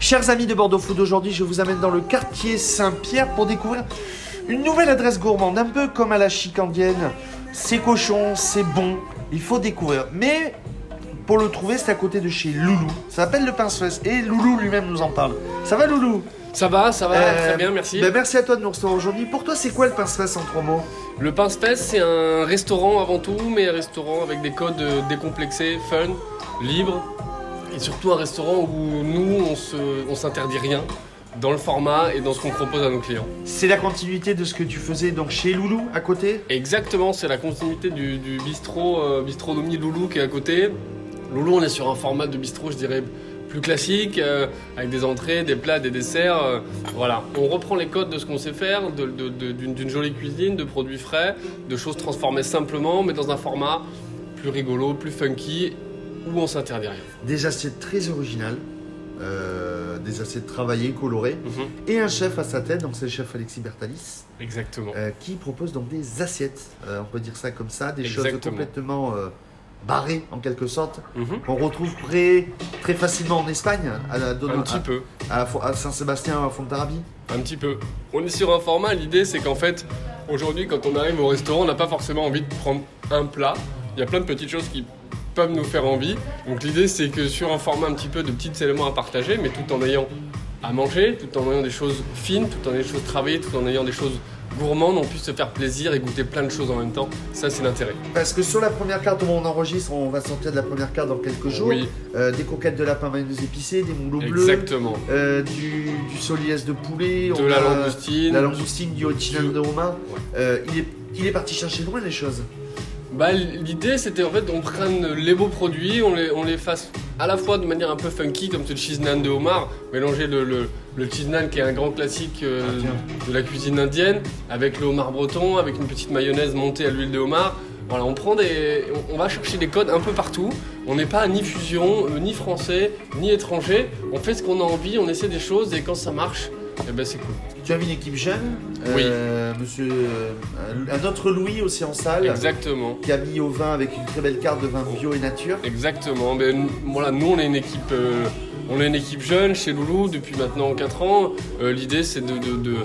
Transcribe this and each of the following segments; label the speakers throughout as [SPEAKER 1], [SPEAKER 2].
[SPEAKER 1] Chers amis de Bordeaux Food, aujourd'hui je vous amène dans le quartier Saint-Pierre pour découvrir une nouvelle adresse gourmande, un peu comme à la chicandienne. C'est cochon, c'est bon, il faut découvrir. Mais pour le trouver, c'est à côté de chez Loulou. Ça s'appelle le Pince Fest et Loulou lui-même nous en parle. Ça va Loulou
[SPEAKER 2] Ça va, ça va,
[SPEAKER 1] Euh,
[SPEAKER 2] très bien, merci.
[SPEAKER 1] ben, merci à toi de nous recevoir aujourd'hui. Pour toi, c'est quoi le Pince Fest en trois mots
[SPEAKER 2] Le Pain Space, c'est un restaurant avant tout, mais un restaurant avec des codes euh, décomplexés, fun, libre, et surtout un restaurant où nous, on se- on s'interdit rien dans le format et dans ce qu'on propose à nos clients.
[SPEAKER 1] C'est la continuité de ce que tu faisais donc chez Loulou à côté
[SPEAKER 2] Exactement, c'est la continuité du, du bistrot, euh, bistronomie Loulou qui est à côté. Loulou, on est sur un format de bistrot, je dirais, plus classique, euh, avec des entrées, des plats, des desserts. euh, voilà, on reprend les codes de ce qu'on sait faire, de- de- de- d'une d'une jolie cuisine, de produits frais, de choses transformées simplement, mais dans un format plus rigolo, plus funky, où on s'interdit rien.
[SPEAKER 1] Des assiettes très originales, euh, des assiettes travaillées, colorées, et un chef à sa tête, donc c'est le chef Alexis Bertalis,
[SPEAKER 2] Exactement.
[SPEAKER 1] euh, qui propose donc des assiettes, euh, on peut dire ça comme ça, des choses
[SPEAKER 2] Exactement.
[SPEAKER 1] complètement euh, barrées en quelque sorte,
[SPEAKER 2] Mhm.
[SPEAKER 1] qu'on retrouve très, très facilement en Espagne, à, la-
[SPEAKER 2] Un petit
[SPEAKER 1] à-
[SPEAKER 2] peu.
[SPEAKER 1] à, Fo- à Saint-Sébastien, à Fontarabie.
[SPEAKER 2] Un petit peu. On est sur un format, l'idée c'est qu'en fait, aujourd'hui quand on arrive au restaurant, on n'a pas forcément envie de prendre un plat. Il y a plein de petites choses qui peuvent nous faire envie. Donc l'idée c'est que sur un format un petit peu de petits éléments à partager, mais tout en ayant à manger, tout en ayant des choses fines, tout en ayant des choses travaillées, tout en ayant des choses gourmandes, on puisse se faire plaisir et goûter plein de choses en même temps. Ça c'est l'intérêt.
[SPEAKER 1] Parce que sur la première carte, au moment où on enregistre, on va sortir de la première carte dans quelques jours,
[SPEAKER 2] Oui,
[SPEAKER 1] Euh, des coquettes de lapin mayonnaise épicée, des moulots bleus,
[SPEAKER 2] exactement.
[SPEAKER 1] euh, du, du soliès de poulet,
[SPEAKER 2] De
[SPEAKER 1] on
[SPEAKER 2] la
[SPEAKER 1] a-
[SPEAKER 2] langoustine.
[SPEAKER 1] la langoustine, du hotinam
[SPEAKER 2] Du-
[SPEAKER 1] de Romain.
[SPEAKER 2] Ouais.
[SPEAKER 1] Euh, il, est, il est parti chercher loin les choses.
[SPEAKER 2] Bah, l'idée c'était en fait on prenne les beaux produits, on les, on les fasse à la fois de manière un peu funky comme ce cheese naan de homard, mélanger le, le, le cheese naan qui est un grand classique euh, de la cuisine indienne avec le homard breton, avec une petite mayonnaise montée à l'huile de homard. Voilà, on prend des, on, on va chercher des codes un peu partout. On n'est pas ni fusion, euh, ni français, ni étranger. On fait ce qu'on a envie, on essaie des choses et quand ça marche, eh ben c'est cool.
[SPEAKER 1] Tu as vu une équipe jeune, euh, monsieur, euh, un autre Louis aussi en salle,
[SPEAKER 2] Exactement.
[SPEAKER 1] qui a mis au vin avec une très belle carte de vin bio et nature.
[SPEAKER 2] Exactement. Ben, n- voilà, nous, on est une équipe, euh, on est une équipe jeune chez Loulou depuis maintenant 4 ans. Euh, L'idée, c'est de, de- de-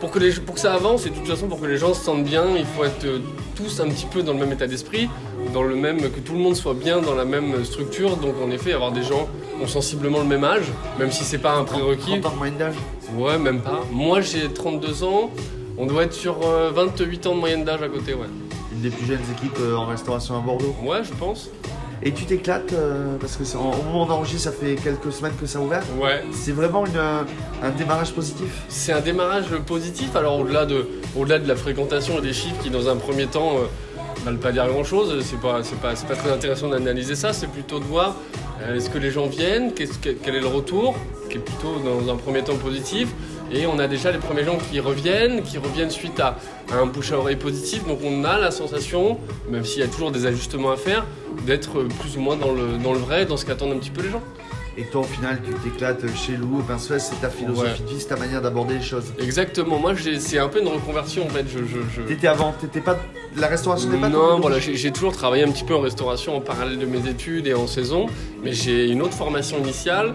[SPEAKER 2] pour que les, pour que ça avance et de toute façon pour que les gens se sentent bien, il faut être euh, tous un petit peu dans le même état d'esprit, dans le même que tout le monde soit bien dans la même structure. Donc en effet, avoir des gens qui ont sensiblement le même âge, même si c'est pas un prérequis.
[SPEAKER 1] 30 ans de moyenne d'âge.
[SPEAKER 2] Ouais, même pas. Moi, j'ai 32 ans. On doit être sur euh, 28 ans de moyenne d'âge à côté, ouais.
[SPEAKER 1] Une des plus jeunes équipes euh, en restauration à Bordeaux.
[SPEAKER 2] Ouais, je pense.
[SPEAKER 1] Et tu t'éclates euh, parce que c'est- en- au moment d'enregistrer, ça fait quelques semaines que ça a ouvert.
[SPEAKER 2] Ouais.
[SPEAKER 1] C'est vraiment une, euh, un démarrage positif.
[SPEAKER 2] C'est un démarrage positif, alors au-delà de, au-delà de la fréquentation et des chiffres qui, dans un premier temps, ne veulent pas dire grand-chose, c'est pas, c'est pas, c'est pas très intéressant d'analyser ça, c'est plutôt de voir euh, est-ce que les gens viennent, qu'est-ce que- quel est le retour, qui est plutôt dans un premier temps positif, et on a déjà les premiers gens qui reviennent, qui reviennent suite à, à un bouche à oreille positif, donc on a la sensation, même s'il y a toujours des ajustements à faire, d'être euh, plus ou moins dans le, dans le vrai, dans ce qu'attendent un petit peu les gens.
[SPEAKER 1] Et toi, au final, tu t'éclates chez Lou, Pince Fest, c'est ta philosophie de vie, c'est ta manière d'aborder les choses.
[SPEAKER 2] Exactement, moi j'ai- c'est un peu une reconversion en fait, je- je- je...
[SPEAKER 1] T'étais avant, t'étais pas. La restauration n'est pas
[SPEAKER 2] Non, voilà, j'ai j'ai toujours travaillé un petit peu en restauration en parallèle de mes études et en saison, mais j'ai une autre formation initiale,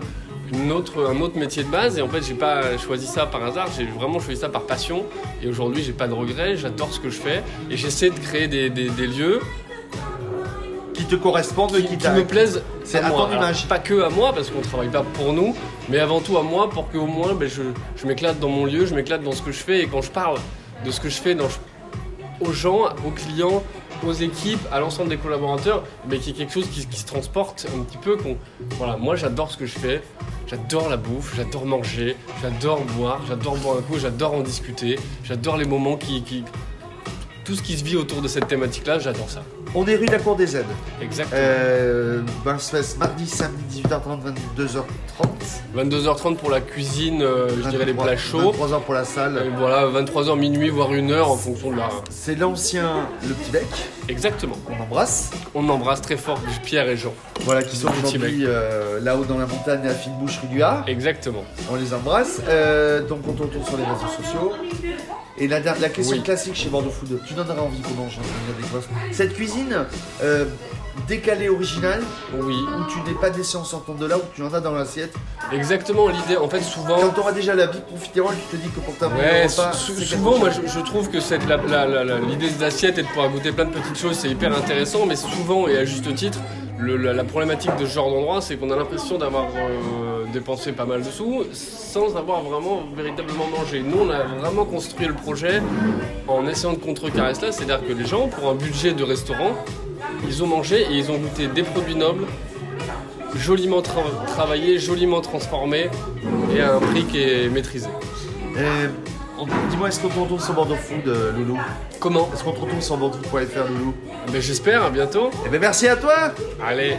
[SPEAKER 2] une autre, un autre métier de base, et en fait, j'ai pas choisi ça par hasard, j'ai vraiment choisi ça par passion, et aujourd'hui, j'ai pas de regrets, j'adore ce que je fais, et j'essaie de créer des, des- des lieux
[SPEAKER 1] Qui te correspondent,
[SPEAKER 2] qui,
[SPEAKER 1] qui,
[SPEAKER 2] qui me plaisent
[SPEAKER 1] C'est à
[SPEAKER 2] à moi.
[SPEAKER 1] ton
[SPEAKER 2] Alors,
[SPEAKER 1] image.
[SPEAKER 2] pas que à moi, parce qu'on travaille pas pour nous, mais avant tout à moi, pour que au moins, ben, je, je m'éclate dans mon lieu, je m'éclate dans ce que je fais, et quand je parle de ce que je fais dans, aux gens, aux clients, aux équipes, à l'ensemble des collaborateurs, mais qu'il y ait quelque chose qui, qui se transporte un petit peu. qu'on- Voilà, moi j'adore ce que je fais, j'adore la bouffe, j'adore manger, j'adore boire, j'adore boire un coup, j'adore en discuter, j'adore les moments qui, qui- Tout ce qui se vit autour de cette thématique-là, j'adore ça.
[SPEAKER 1] On est rue de la Cour des Aides.
[SPEAKER 2] Exactement.
[SPEAKER 1] Euh, Pince Fest, mardi, samedi, 18h30, 22h30.
[SPEAKER 2] 22h30 pour la cuisine, euh, je dirais les plats chauds. Euh.
[SPEAKER 1] 23h pour la salle.
[SPEAKER 2] Et voilà, 23h minuit, voire une heure en fonction de la.
[SPEAKER 1] C'est l'ancien Le Petit Bec,
[SPEAKER 2] Exactement.
[SPEAKER 1] qu'on embrasse.
[SPEAKER 2] On embrasse très fort Pierre et Jean.
[SPEAKER 1] Voilà, qui sont
[SPEAKER 2] Le Petit
[SPEAKER 1] aujourd'hui euh, là-haut dans la montagne à fine bouche rue du Hard.
[SPEAKER 2] Exactement.
[SPEAKER 1] On les embrasse. Euh, donc on te retourne sur les réseaux sociaux. Et la, dernière- la question
[SPEAKER 2] Oui.
[SPEAKER 1] classique chez Bordeaux Food, tu donneras envie hein, comment j'ai envie de dire des choses. Cette cuisine euh, décalée originale,
[SPEAKER 2] Oui.
[SPEAKER 1] où tu n'es pas déçu en sortant de là, où tu en as dans l'assiette,
[SPEAKER 2] Exactement, l'idée, en fait, souvent.
[SPEAKER 1] Quand t'auras déjà la bite profiterole, tu te dis que pour ta
[SPEAKER 2] Ouais, sou- sou- souvent, moi, je, je trouve que cette, la- la- la- la- l'idée d'assiette et de pouvoir goûter plein de petites choses, c'est hyper intéressant, mais souvent, et à juste titre, le- la, la problématique de ce genre d'endroit, c'est qu'on a l'impression d'avoir euh, dépensé pas mal de sous sans avoir vraiment véritablement mangé. Nous, on a vraiment construit le projet en essayant de contrecarrer cela, c'est-à-dire que les gens, pour un budget de restaurant, ils ont mangé et ils ont goûté des produits nobles, joliment tra- travaillés, joliment transformés, et à un prix qui est maîtrisé.
[SPEAKER 1] Euh, on- Dis-moi, est-ce qu'on te retrouve sur Bordeaux Food, euh, Loulou
[SPEAKER 2] Comment
[SPEAKER 1] Est-ce qu'on te retrouve sur bordeauxfood.fr, Loulou
[SPEAKER 2] Mais j'espère, à Ben, bientôt.
[SPEAKER 1] Eh ben merci à toi
[SPEAKER 2] Allez,